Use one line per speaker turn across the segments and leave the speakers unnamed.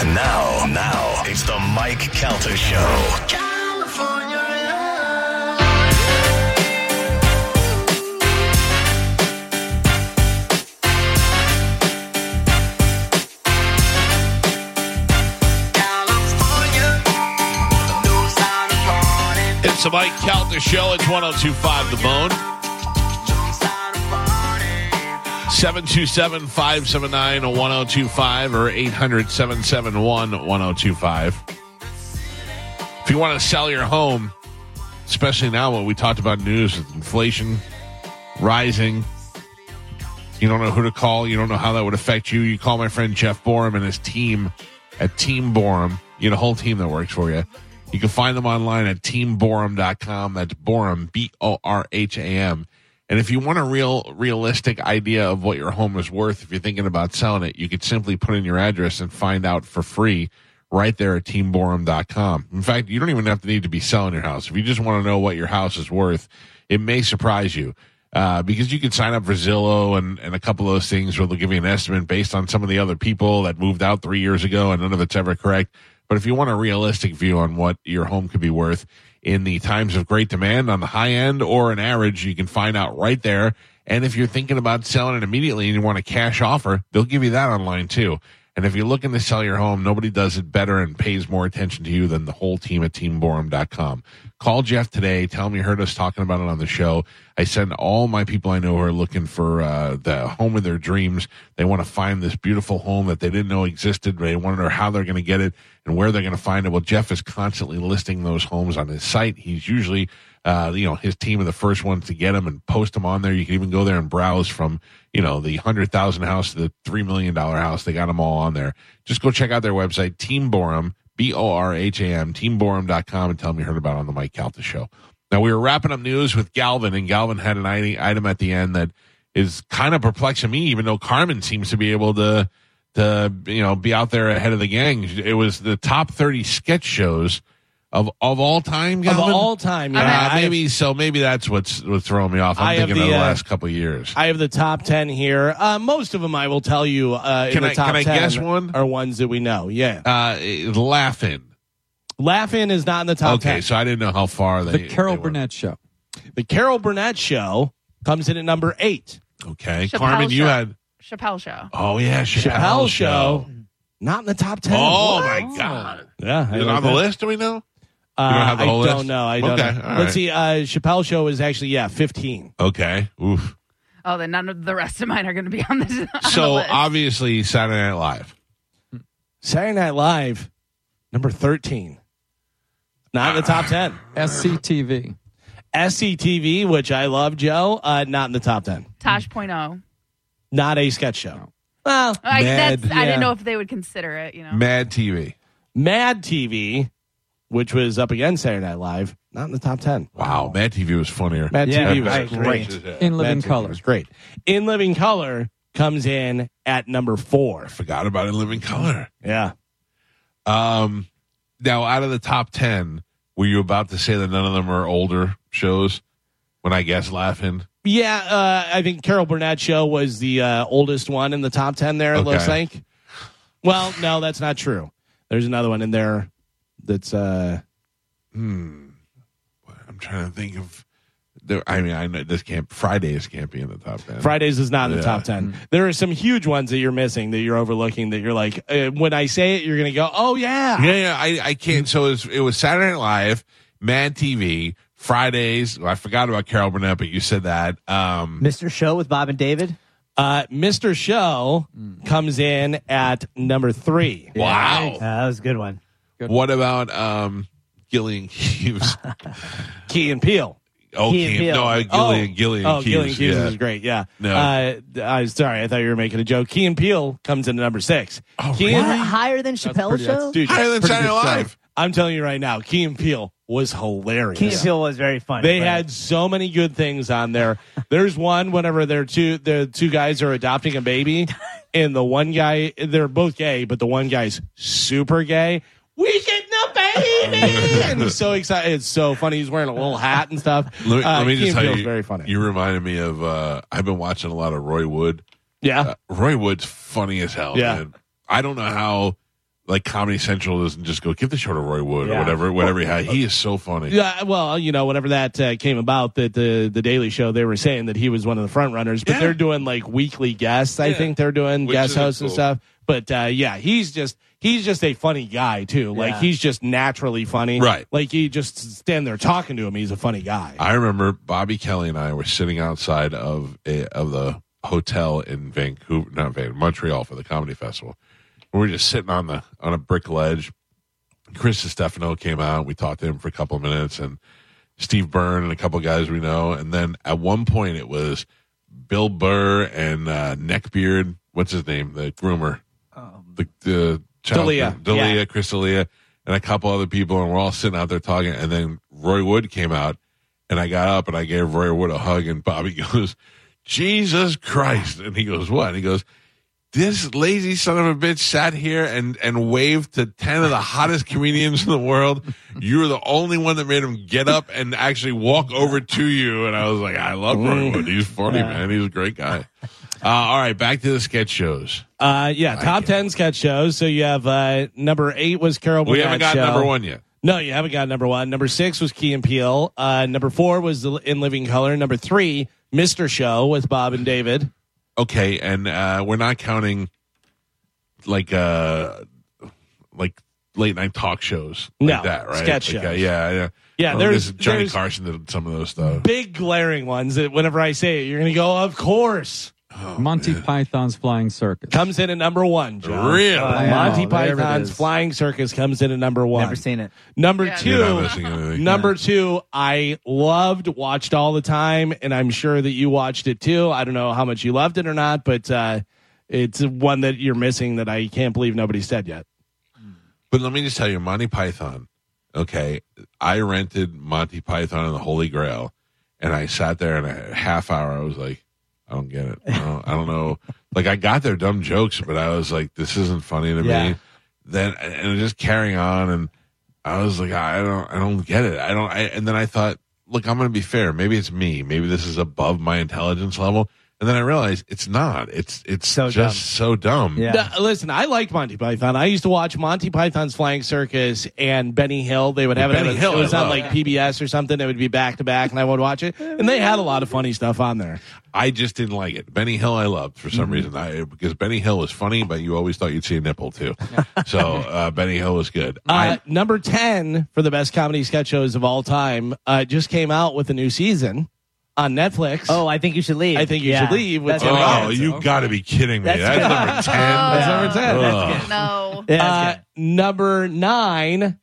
And now, now, it's the Mike Calter Show.
It's the Mike Calter Show. It's 1025 The Bone. 727 579 1025 or 800 771 1025. If you want to sell your home, especially now when we talked about news with inflation rising, you don't know who to call. You don't know how that would affect you. You call my friend Jeff Borum and his team at Team Borum. You know, a whole team that works for you. You can find them online at teamborum.com. That's Borum, B O R H A M. And if you want a real, realistic idea of what your home is worth, if you're thinking about selling it, you could simply put in your address and find out for free right there at teamborum.com. In fact, you don't even have to need to be selling your house. If you just want to know what your house is worth, it may surprise you. Uh, because you can sign up for Zillow and, and a couple of those things where they'll give you an estimate based on some of the other people that moved out three years ago and none of it's ever correct. But if you want a realistic view on what your home could be worth in the times of great demand on the high end or an average, you can find out right there. And if you're thinking about selling it immediately and you want a cash offer, they'll give you that online too. And if you're looking to sell your home, nobody does it better and pays more attention to you than the whole team at teamborum.com. Call Jeff today. Tell him you heard us talking about it on the show. I send all my people I know who are looking for uh, the home of their dreams. They want to find this beautiful home that they didn't know existed. They wonder how they're going to get it and where they're going to find it. Well, Jeff is constantly listing those homes on his site. He's usually uh, you know, his team are the first ones to get them and post them on there. You can even go there and browse from, you know, the 100,000 house to the $3 million house. They got them all on there. Just go check out their website, Team Borum, B O R H A M, teamborum.com, and tell them you heard about it on the Mike Calta show. Now, we were wrapping up news with Galvin, and Galvin had an item at the end that is kind of perplexing me, even though Carmen seems to be able to, to, you know, be out there ahead of the gang. It was the top 30 sketch shows. Of, of all time,
of
Galvin?
all time. Yeah,
Uh,
I, have,
maybe so. Maybe that's what's what's throwing me off. I'm
I have
thinking of
the,
the
uh,
last couple of years.
I have the top ten here. Uh, most of them, I will tell you. Uh,
Can
in the
I-
top
can I
10
guess one?
Are ones that we know. Yeah,
Uh, laughing.
Laughing is not in the top
Okay,
ten.
so I didn't know how far they.
The Carol
they were.
Burnett Show.
the Carol Burnett Show comes in at number eight.
Okay,
Chappelle
Carmen, you
Show.
had.
Chappelle show.
Oh yeah, Chappelle,
Chappelle Show, not in the top ten.
Oh
What?
my God!
Yeah, I
Is it
like
on the
that.
list? Do we know?
Uh,
don't have the whole
I don't
list?
know. I don't.
Okay,
know.
all
Let's
right.
see. Uh, Chappelle Show is actually yeah, fifteen.
Okay. Oof.
Oh, then none of the rest of mine are going to be on this. On the
So
list.
um,
obviously Saturday Night Live.
Saturday Night Live, number thirteen, not in the top ten.
SCTV.
SCTV, which I love, Joe, uh, not in the top ten.
Tosh point oh.
Not a sketch show. Well,
I,
Mad,
that's, I
yeah.
didn't know if they would consider it. You know,
Mad TV.
Mad TV, which was up again Saturday Night Live, not in the top ten.
Wow, Mad TV was funnier.
Mad
Yeah,
TV was
I agree.
great.
In Living
Mad TV
Color.
was great. In Living Color comes in at number four.
Forgot about it. Living Color.
Yeah.
Um, now out of the top ten, were you about to say that none of them are older shows? When I guess laughing.
Yeah, uh, I think Carol Burnett show was the uh, oldest one in the top ten. There it
Okay.
looks like. Well, no, that's not true. There's another one in there that's uh,
I'm trying to think of. There, I mean, I know this can't. Fridays can't be in the top ten.
Fridays is not in the
Yeah.
top 10.
Mm-hmm.
There are some huge ones that you're missing that you're overlooking that you're like, uh, when I say it, you're going to go, oh, yeah.
Yeah, yeah. I, I can't. So it was, it was Saturday Night Live, Mad TV, Fridays. well, I forgot about Carol Burnett, but you said that. Um,
Mr. Show with Bob and David.
Uh, Mr. Show
Mm.
comes in at number three.
Uh,
wow.
that was a good one.
What about um, Gillian Keeves?
Key and Peel.
Oh,
Key and
Keith.
Peele.
No, I, Gillian,
oh.
Gillian
oh,
Keys.
Gillian Keys
yeah.
is great. Yeah.
No.
Uh, I sorry. I thought you were making a joke. Key and Peele comes into number six.
Oh,
Key
really?
What,
and,
higher than
That's
Chappelle's
pretty-
show?
that's- dude,
Higher
that's
than
pretty
Saturday
good
Night
stuff.
Live.
I'm telling you right now, Key and Peele was hilarious.
Key and Peele was very funny.
They
but-
had so many good things on there. There's one whenever they're two the two guys are adopting a baby, and the one guy they're both gay, but the one guy's super gay. We getting a baby, and he's so excited. It's so funny. He's wearing a little hat and stuff.
Let me,
Uh,
let me
Key and
just tell
Peele's
you,
very funny.
you reminded me of. Uh, I've been watching a lot of Roy Wood.
yeah,
Uh, Roy Wood's funny as hell.
Yeah.
man. I don't know how like Comedy Central doesn't just go give the show to Roy Wood or
Yeah.
whatever. Whatever he had, he is so funny.
Yeah, well, you know, whenever that uh, came about, that the the Daily Show, they were saying that he was one of the front runners, but
Yeah.
they're doing like weekly guests. I
Yeah.
think they're doing
Which
guest
isn't
hosts and
cool.
stuff. But uh, yeah, he's just he's just a funny guy too. Like
Yeah.
he's just naturally funny.
Right.
Like you just stand there talking to him. He's a funny guy.
I remember Bobby Kelly and I were sitting outside of a, of the hotel in Vancouver, not Vancouver, Montreal for the comedy festival. We were just sitting on the on a brick ledge. Chris Stefano came out. We talked to him for a couple of minutes, and Steve Byrne and a couple of guys we know. And then at one point, it was Bill Burr and uh, Neckbeard. What's his name? The groomer, the the child,
D'Elia.
D'Elia, Chris D'Elia, and a couple other people, and we're all sitting out there talking. And then Roy Wood came out, and I got up and I gave Roy Wood a hug, and Bobby goes, "Jesus Christ!" And he goes, "What?" And he goes. This lazy son of a bitch sat here and, and waved to 10 of the hottest comedians in the world. You were the only one that made him get up and actually walk over to you. And I was like, I love
Mm.
Roy Wood. He's funny, man. He's a great guy. Uh, all right, back to the sketch shows.
Uh, yeah, top ten sketch shows. So you have uh, number eight was Carol.
We haven't
Burnett's
got
show.
number one yet.
No, you haven't got number one. Number six was Key and Peele. Uh, number four was the In Living Color. Number three, Mister Show with Bob and David.
Okay, and uh, we're not counting like uh like late night talk shows like
No,
that, right?
sketch
Like,
shows.
uh, yeah, yeah.
Yeah,
Well,
there's-
this- Johnny
there's-
Carson did some of those stuff.
big glaring ones that whenever I say it, you're going to go, of course.
Monty Python's Flying Circus.
Comes in at number one, John.
Really?
Uh,
Monty
Wow, there it
Python's
is.
Flying Circus comes in at number one.
Never seen it.
Number
Yeah.
You're not
two.
missing anything.
Number two, I loved, watched all the time, and I'm sure that you watched it too. I don't know how much you loved it or not, but uh, it's one that you're missing that I can't believe nobody said yet.
But let me just tell you, Monty Python. Okay, I rented Monty Python and the Holy Grail, and I sat there in a half hour. I was like, I don't get it. I don't, I don't know. Like I got their dumb jokes, but I was like, this isn't funny to
Yeah.
me. Then and just carrying on, and I was like, I don't, I don't get it. I don't. I, and then I thought, look, I'm going to be fair. Maybe it's me. Maybe this is above my intelligence level. And then I realized it's not. It's it's
So
just so dumb.
Yeah.
No, listen, I liked Monty Python. I used to watch Monty Python's Flying Circus and Benny Hill. They would have it.
Benny
on-
Hill,
it was
I
on
love.
like PBS or something. It would be back to back, and I would watch it. And they had a lot of funny stuff on there.
I just didn't like it. Benny Hill, I loved for some
Mm-hmm.
reason. I because Benny Hill was funny, but you always thought you'd see a nipple too. so uh, Benny Hill was good.
Uh, number ten for the best comedy sketch shows of all time uh, just came out with a new season on Netflix.
Oh, I think you should leave.
I think you
Yeah.
should leave with
That's
oh,
Tim
good.
Robbins.
you got to be kidding me!
That's
That's,
good.
number
Oh,
ten.
That's number ten.
Ugh.
Oh, No.
Yeah,
Uh,
that's good.
number nine,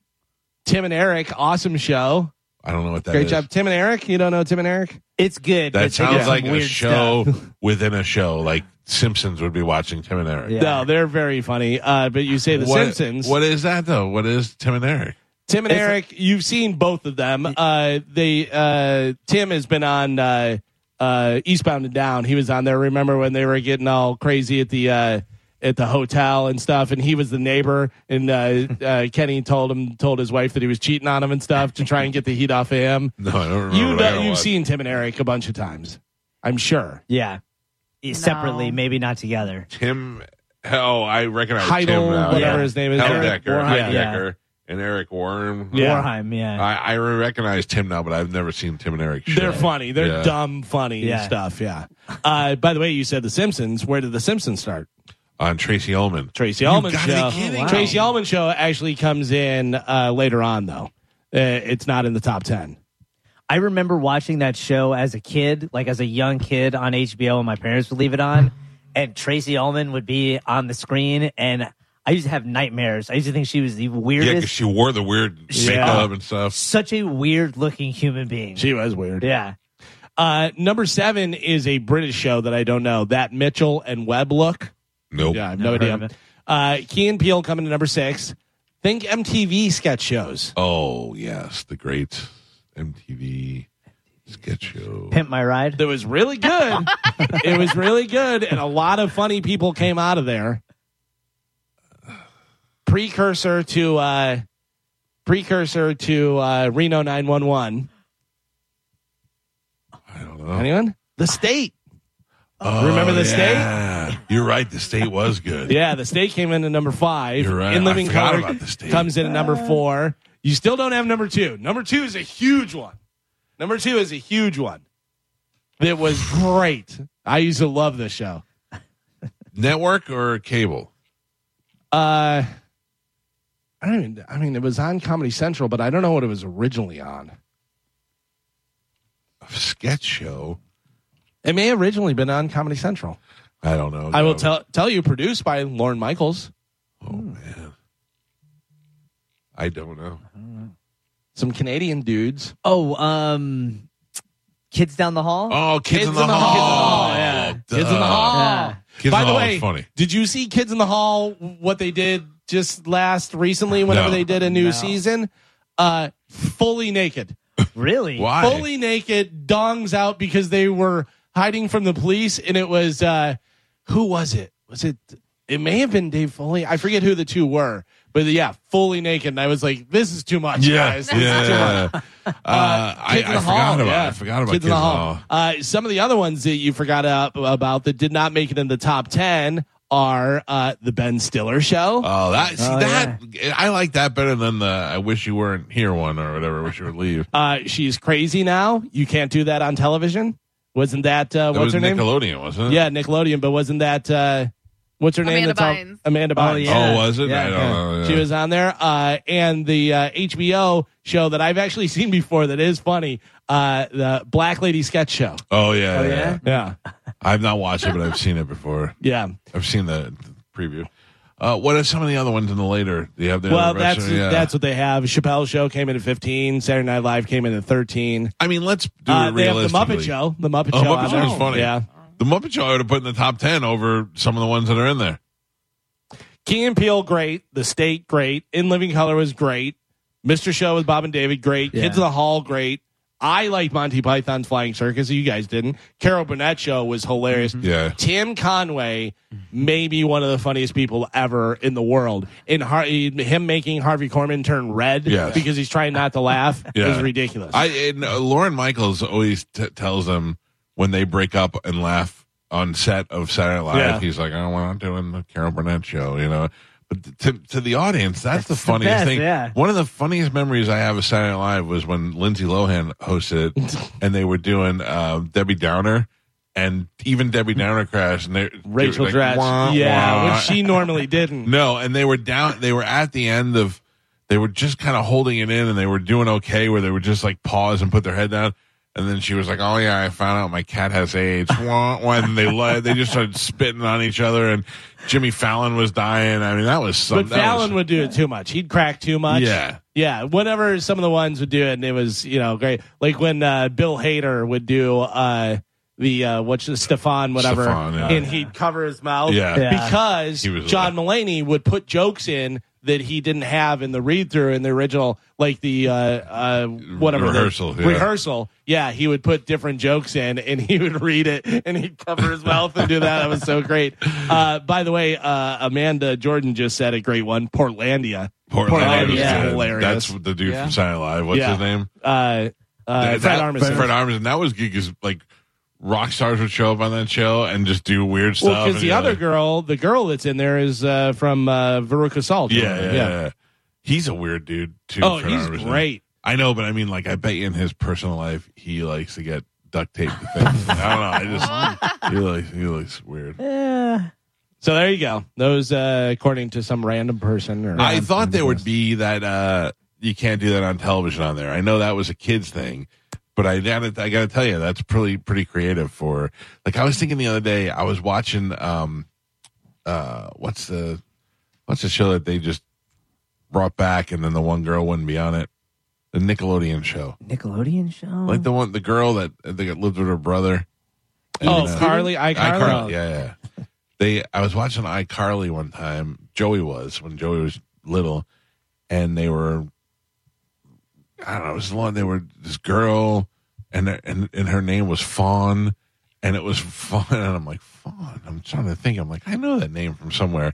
Tim and Eric, awesome show.
I don't know what that
Great
is.
job, Tim and Eric. You don't know Tim and Eric?
It's good. but
That
it's- it's
sounds
some
like a
weird
show
stuff.
within a show. Like Simpsons would be watching Tim and Eric.
Yeah.
No, they're very funny. Uh, but you say The
What-
Simpsons.
What is that though? What is Tim and Eric?
Tim and
It's-
Eric, you've seen both of them. Uh, they uh, Tim has been on uh, uh, Eastbound and Down. He was on there. Remember when they were getting all crazy at the uh, at the hotel and stuff, and he was the neighbor. And uh, uh, Kenny told him told his wife that he was cheating on him and stuff to try and get the heat off of him.
No, I don't remember.
You
what I
know, you've
watched.
seen Tim and Eric a bunch of times, I'm sure.
Yeah. Yeah, Separately, maybe not together.
Tim. Oh, I recognize Tim
Heidel,
now.
whatever
yeah.
his name is, Eric
Heldecker,
Warren.
Warheim. Yeah.
Heidecker, and Eric Warren.
Yeah.
Warheim, yeah.
I, I recognize Tim now, but I've never seen Tim and Eric. Show.
They're funny. They're
Yeah.
dumb, funny and
Yeah.
stuff. Yeah. Uh, by the way, you said The Simpsons. Where did The Simpsons start?
On Tracy Ullman.
Tracy Ullman
gotta be
show.
kidding
Oh, wow.
Tracy Ullman show actually comes in uh, later on though. Uh, it's not in the top ten.
I remember watching that show as a kid, like as a young kid on HBO, and my parents would leave it on, and Tracy Ullman would be on the screen, and I used to have nightmares. I used to think she was the
Yeah,
weirdest,
because she wore the weird makeup and stuff.
such a weird looking human being.
She was weird.
yeah.
Uh, number seven is a British show that I don't know. That Mitchell and Webb look.
Nope.
Yeah, I have
Never
no
heard
idea. Uh, Key and Peele coming to number six. Think MTV sketch shows.
Oh yes, the great MTV sketch show.
Pimp my ride.
That was really good. it was really good, and a lot of funny people came out of there. Precursor to uh, precursor to uh, Reno nine one one.
I don't know.
Oh. Anyone? The state.
Oh,
Remember the
state? You're right. The state was good.
Yeah, the state came in at number 5
You're right.
In Living
I forgot
Color
about The State.
comes in at number four. You still don't have number two. Number two is a huge one. Number two is a huge one. That was great. I used to love this show.
Network or cable?
Uh, I don't even. I mean, it was on Comedy Central, but I don't know what it was originally on.
A sketch show?
It may have originally been on Comedy Central.
I don't know.
I will
No.
tell tell you. Produced by Lauren Michaels.
Oh man, I don't know.
Oh. Some Canadian dudes.
Oh, um, kids down the hall.
Oh, kids, in, the hall.
yeah.
Duh.
Kids in the hall.
Yeah.
Kids in
By
the
the
Hall is
way,
funny.
did you see Kids in the Hall? What they did just last recently, whenever
No.
they did a new
No.
season, uh, fully naked,
really?
Why?
fully naked, dongs out because they were hiding from the police, and it was uh, who was it? Was it? It may have been Dave Foley. I forget who the two were, but yeah, fully naked. And I was like, this is too much,
yeah,
guys. This is too much.
yeah. Uh, I,
Kids in
I
the Hall,
forgot about.
yeah.
I forgot about
Kids in the Hall. Uh, some of the other ones that you forgot uh, about that did not make it in the top ten are uh, the Ben Stiller Show.
Oh, that see,
Oh,
that I like that better than the "I wish you weren't here" one or whatever. I wish you would leave.
Uh, she's crazy now. You can't do that on television. Wasn't that uh,
That
what's
was
her name?
Nickelodeon, wasn't it?
Yeah, Nickelodeon. But wasn't that uh, what's her name?
Amanda
that's on-
Bynes.
Amanda Bynes.
Oh, yeah.
Oh, was it?
Yeah,
I don't
yeah.
know. yeah.
She was on there, uh, and the uh, HBO show that I've actually seen before that is funny, uh, the Black Lady Sketch Show.
Oh yeah, yeah.
yeah?
Yeah,
I've not watched it, but I've seen it before.
yeah.
I've seen the, the preview. Uh, what are some of the other ones in the later? Do you have the
Well,
other
that's
version? Yeah.
that's what they have. Chappelle Show came in at 15. Saturday Night Live came in at 13.
I mean, let's do
Uh,
it
they have the
realistically.
Muppet Show. The Muppet
Oh,
Show.
Muppet
on
Show
there.
is funny.
Yeah.
The Muppet Show I would have put in the top ten over some of the ones that are in there.
Key and Peele, great. The State, great. In Living Color was great. Mr. Show with Bob and David, great.
Yeah.
Kids of the Hall, great. I liked Monty Python's Flying Circus. You guys didn't. Carol Burnett Show was hilarious.
Mm-hmm. Yeah.
Tim Conway, maybe one of the funniest people ever in the world. In Har- him making Harvey Korman turn red
Yes.
because he's trying not to laugh
Yeah.
is ridiculous.
I and, uh, Lauren Michaels always t- tells them when they break up and laugh on set of Saturday Night Live.
Yeah.
He's like, "Oh, we're not doing the Carol Burnett show," you know. But to to the audience, that's, the
the
funniest
best,
thing.
yeah.
One of the funniest memories I have of Saturday Night Live was when Lindsay Lohan hosted, it, and they were doing uh, Debbie Downer, and even Debbie Downer crashed. And they they were
Mm. Rachel
like,
Dratch.
"Wah,
yeah,
wah."
which she normally didn't.
No, and they were down. They were at the end of. They were just kind of holding it in, and they were doing okay. Where they would just like pause and put their head down, and then she was like, "Oh yeah, I found out my cat has AIDS." Wah, wah, and they li- they just started spitting on each other, and Jimmy Fallon was dying. I mean, that was
But
something.
Fallon would do it too much. He'd crack too much.
Yeah.
Yeah. Whenever some of the ones would do it, and it was, you know, great. Like when uh, Bill Hader would do uh, the, uh, what's the Stefan, whatever,
Stefan, yeah.
and he'd cover his mouth.
Yeah.
Yeah.
Because
He was-
John Mullaney would put jokes in that he didn't have in the read through in the original, like the, uh, uh, whatever. the-
Mm-hmm. Rehearsal, yeah.
Rehearsal. Yeah. He would put different jokes in and he would read it and he'd cover his mouth and do that. That was so great. Uh, by the way, uh, Amanda Jordan just said a great one Portlandia.
Portland,
Portland,
was
yeah.
good.
Hilarious.
That's what the dude
Yeah.
from Saturday Night Live. What's
Yeah.
his name?
uh, uh, Fred
That- that-
Armisen.
Fred Armisen. That was good because like rock stars would show up on that show and just do weird stuff.
well, because
and
the
you're
other
like,
girl, the girl that's in there is uh, from uh, Veruca Salt.
Yeah, yeah, yeah. He's a weird dude too.
Oh,
Fred
he's
Armisen.
great.
I know, but I mean, like, I bet you in his personal life, he likes to get duct taped to things. I don't know. I just he likes he likes weird.
Yeah.
So there you go. Those, uh, according to some random person. Or,
I thought there would be that uh you can't do that on television on there. I know that was a kids thing, but I gotta I gotta tell you that's pretty pretty creative for like I was thinking the other day I was watching um uh what's the What's the show that they just brought back and then the one girl wouldn't be on it? The Nickelodeon show.
Nickelodeon show.
Like the one, the girl that I think lived with her brother. And,
Oh,
uh,
Carly, I
iCarly. Yeah, yeah. They, I was watching iCarly one time. Joey was when Joey was little, and they were, I don't know, it was the one they were this girl, and and and her name was Fawn, and it was Fawn, and I'm like Fawn. I'm trying to think. I'm like I know that name from somewhere,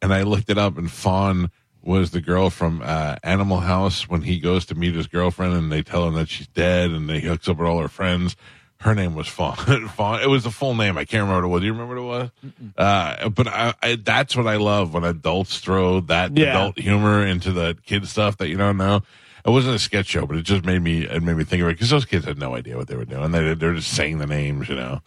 and I looked it up, and Fawn was the girl from uh, Animal House when he goes to meet his girlfriend, and they tell him that she's dead, and they hooks up with all her friends. Her name was Fawn. Fawn. It was the full name. I can't remember what it was. Do you remember what it was? Uh, but I, I, that's what I love when adults throw that
Yeah.
adult humor into the kid stuff that you don't know. It wasn't a sketch show, but it just made me it made me think of it because those kids had no idea what they were doing. They they're just saying the names, you know.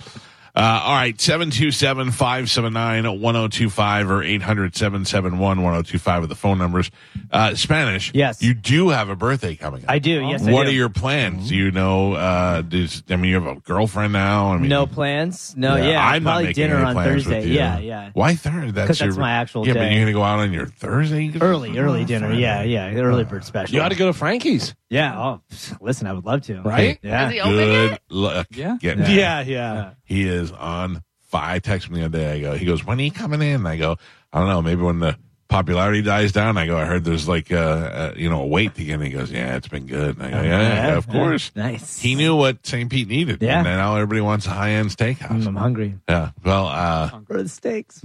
Uh, all right, 727 579 1025 or 800 771 1025 are the phone numbers. Uh, Spanish.
Yes.
You do have a birthday coming up.
I do. Yes. I
what
do.
are your plans? Do you know, uh, does, I mean, you have a girlfriend now? I mean,
no plans? No. Yeah.
I'm not
probably
making
dinner
any
on
plans
Thursday.
with you.
Yeah. Yeah.
Why Thursday?
'Cause
your,
that's my actual
Yeah, but
day.
you're going to go out on your Thursday?
Early, early dinner. Yeah, yeah. Early bird special.
You ought to go to Frankie's,
Yeah. Oh, pff, listen, I would love to.
right?
Yeah.
Is he open
Good
yet?
luck.
Yeah.
Getting there.
Yeah, yeah.
He is on five. Text me the other day. I go, he goes, when are you coming in? And I go, I don't know. Maybe when the popularity dies down. I go, I heard there's like, uh, uh you know, a wait to get in. He goes, yeah, it's been good. And I go, yeah,
Yeah,
of
yeah.
course.
Nice.
He knew what St. Pete needed.
Yeah.
And now everybody wants a high end steakhouse.
Mm, I'm hungry
Yeah. Well, uh,
for the steaks.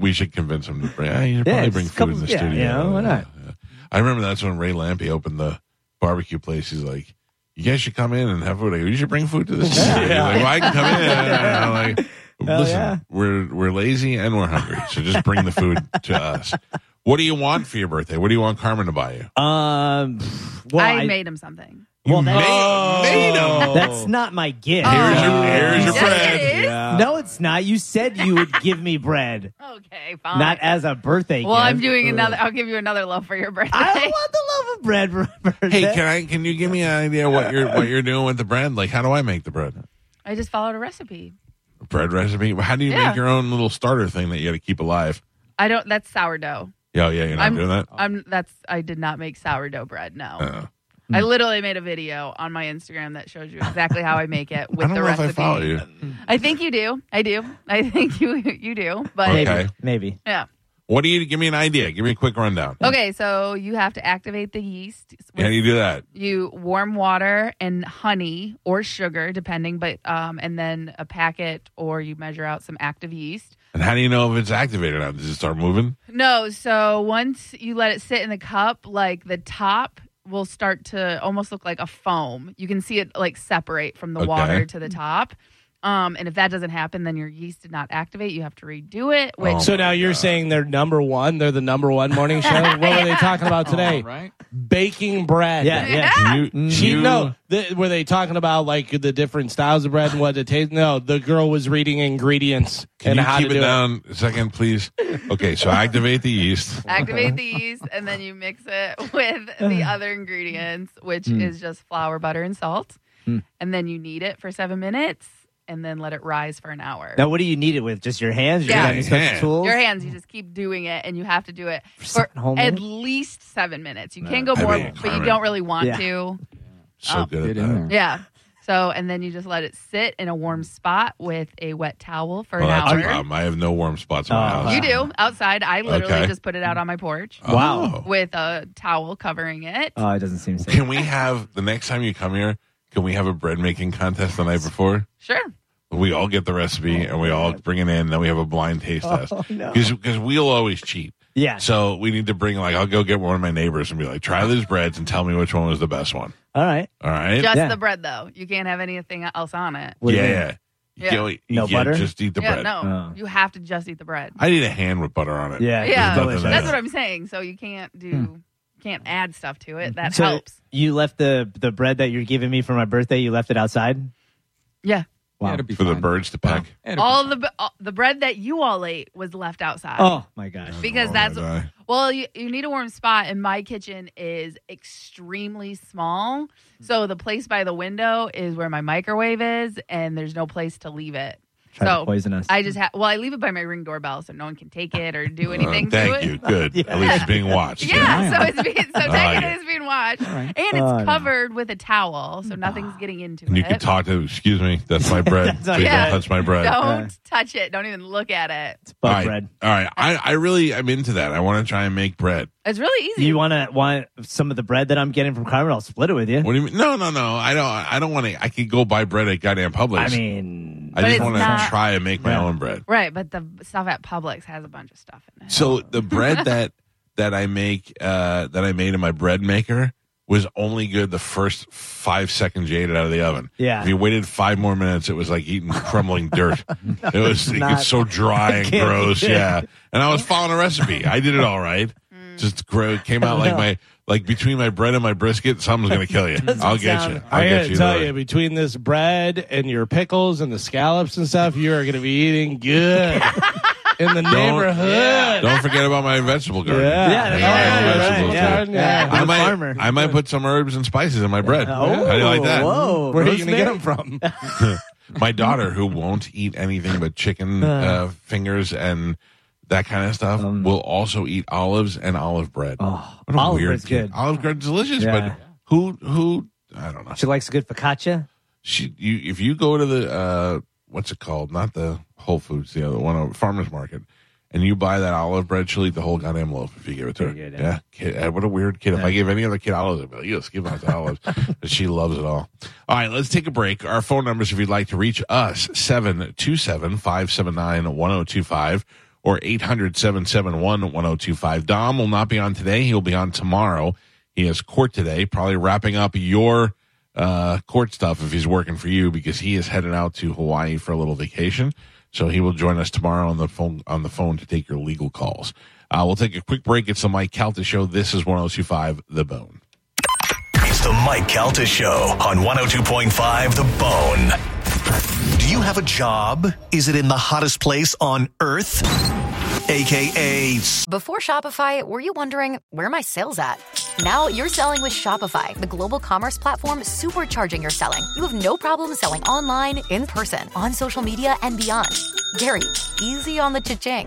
we should convince him to bring, uh, he should
Yeah,
probably
it's
bring
a
food
couple-
in the
yeah,
studio.
you know, why not?
Yeah. I remember that's when Ray Lampy opened the barbecue place. He's like, you guys should come in and have food. I go, you should bring food to this. studio." He's like, well, I can come in. And I'm like,
Hell
listen,
yeah.
we're we're lazy and we're hungry, so just bring the food to us. What do you want for your birthday? What do you want Carmen to buy you?
Um. Well,
I,
I-
made him something.
Well,
Made-
that's,
made
Oh.
'em.
that's not my gift.
Here's your, here's your
Yes,
bread.
it is.
No, it's not. You said you would give me bread,
Okay, fine.
not as a birthday
well,
gift.
I'm doing another. I'll give you another loaf for your birthday.
I don't want the love of bread for a birthday.
Hey, can I? Can you give me an idea what you're what you're doing with the bread? Like, how do I make the bread?
I just followed a recipe.
Bread recipe. How do you
Yeah.
make your own little starter thing that you got to keep alive?
I don't. That's sourdough.
Yeah, yeah, you're not
I'm-
doing that.
I'm. That's. I did not make sourdough bread. No.
Oh. Uh,
I literally made a video on my Instagram that shows you exactly how I make it with
I don't
the
know if
recipe.
I follow you.
I think you do. I do. I think you you do. But
Okay.
Maybe, maybe.
yeah.
What do you? Give me an idea. Give me a quick rundown.
Okay, so you have to activate the yeast.
How do you do that?
you warm water and honey or sugar, depending, but um, and then a packet or you measure out some active yeast.
And how do you know if it's activated or not? Does it start moving?
No, so once you let it sit in the cup, like the top will start to almost look like a foam. You can see it like separate from the
Okay.
water to the top. Um, and if that doesn't happen, then your yeast did not activate. You have to redo it, which
Oh.
So now you're saying they're number one. They're the number one morning show. what were they talking about today?
right?
Baking bread.
Yeah, Mm. yeah.
Ah!
You,
She
you-
Mm, no. The, were they talking about like the different styles of bread and what it tastes? No, the girl was reading ingredients
Can
and
you
how
keep
to
it
do
down a second, please? Okay, so activate the yeast.
activate the yeast, and then you mix it with the
Uh.
other ingredients, which
Hmm.
is just flour, butter, and salt. And then you knead it for seven minutes, and then let it rise for an hour.
Now, what do you need it with? Just your hands? You
Yeah.
got any special
Hand.
tools?
Your hands, you just keep doing it, and you have to do it for
seven whole
at
minutes?
least seven minutes. You can go
I
more,
mean,
but you
Carmen.
don't really want
Yeah.
to. Oh.
So good at
Get in
that.
there.
Yeah. So, and then you just let it sit in a warm spot with a wet towel for
Well,
an
that's a
hour.
problem. I have no warm spots in
Oh,
my house.
You do outside. I literally
Okay.
just put it out on my porch
Oh.
Wow.
with a towel covering it.
Oh, it doesn't seem safe.
Can we have the next time you come here? Can we have a bread making contest the night before?
Sure.
We all get the recipe and we all bring it in. And then we have a blind taste test
Oh, no.
because we'll always cheat.
Yeah.
So we need to bring like I'll go get one of my neighbors and be like, try these breads and tell me which one was the best one.
All right.
All right.
Just
Yeah.
the bread, though. You can't have anything else on it.
What do you
yeah.
mean?
You can't- you
No
can't
butter?
Just eat the
yeah,
bread.
no.
Oh.
You have to just eat the bread.
I need a hand with butter on it.
Yeah. it's
yeah,
nothing
delicious.
there.
that's what I'm saying. So you can't do,
Hmm.
can't add stuff to it. That
So
helps.
You left the the bread that you're giving me for my birthday. You left it outside.
Yeah.
Wow.
It'll be
For the
fine.
birds to
Wow.
peck.
It'll be
All the b- all, the bread that you all ate was left outside.
Oh my gosh.
Because
Oh,
that's
my God.
well, you, you need a warm spot, and my kitchen is extremely small.
Hmm.
So the place by the window is where my microwave is, and there's no place to leave it.
Try
So,
to poison us.
I just have. Well, I leave it by my ring doorbell so no one can take it or do anything
Uh,
to it.
thank you. Good. At least it's being watched.
Yeah,
Yeah.
so it's being so technically
yeah.
it's being watched, and it's
Oh, no.
covered with a towel, so nothing's getting into
And you
it.
can talk to. Excuse me. That's my bread.
That's
Please
not
good.
don't touch my bread.
Don't
Yeah.
touch it. Don't even look at it.
it's
All
bug
right.
bread.
All right. I, I really am into that. I want to try and make bread.
It's really easy.
You want to want some of the bread that I'm getting from Carmen? I'll split it with you.
What do you mean? No, no, no. I don't. I don't want to. I could go buy bread at goddamn
I
Publix.
mean,
I
But
just
it's
want to
not-
try and make my
Yeah.
own bread.
right, but the stuff at Publix has a bunch of stuff in it.
So the bread that that I make uh, that I made in my bread maker was only good the first five seconds you ate it out of the oven.
Yeah.
If you waited five more minutes, it was like eating crumbling dirt. It was it
Not-
was so dry and
can't
gross.
do it.
Yeah. And I was following a recipe. I did it all right. Just grow came out like my like between my bread and my brisket, something's gonna kill you. I'll get
sound
you.
right.
I'll
I
get
gotta
you.
tell
later.
you, between this bread and your pickles and the scallops and stuff, you are gonna be eating good in the neighborhood.
Don't forget about my vegetable garden.
Yeah.
yeah,
I
that's
got
right,
my
right,
vegetables
yeah.
too.
too. Yeah.
I
I'm a
might,
farmer.
I might put some herbs and spices in my bread.
Oh,
How do you like that?
Whoa,
Where are you gonna get
rosemary?
them from?
My daughter, who won't eat anything but chicken uh, fingers and that kind of stuff, will also eat olives and olive bread.
Um. Oh,
What a
olive
weird
bread's
kid.
good.
Olive bread's delicious,
Yeah.
but who who I don't know.
She likes a good focaccia.
She you if you go to the uh, what's it called? Not the Whole Foods, the other one, uh, farmers market. And you buy that olive bread, she'll eat the whole goddamn loaf if you give it to her.
Pretty good,
yeah,
yeah.
Kid, uh, what a weird kid. If I gave any other kid olives, I'd be like, yes, give out the olives. But she loves it all. All right, let's take a break. Our phone numbers, if you'd like to reach us, 727 579 1025 or 800 771 1025. Dom will not be on today. He'll be on tomorrow. He has court today, probably wrapping up your uh, court stuff if he's working for you because he is headed out to Hawaii for a little vacation. So he will join us tomorrow on the phone on the phone to take your legal calls. Uh, we'll take a quick break. It's the Mike Calta Show. This is 1025 The Bone.
It's the Mike Calta Show on 102.5 The Bone. Do you have a job? Is it in the hottest place on earth? AKA
Before Shopify, were you wondering where are my sales at? Now you're selling with Shopify, the global commerce platform supercharging your selling. You have no problem selling online, in person, on social media, and beyond. Gary, easy on the cha-ching.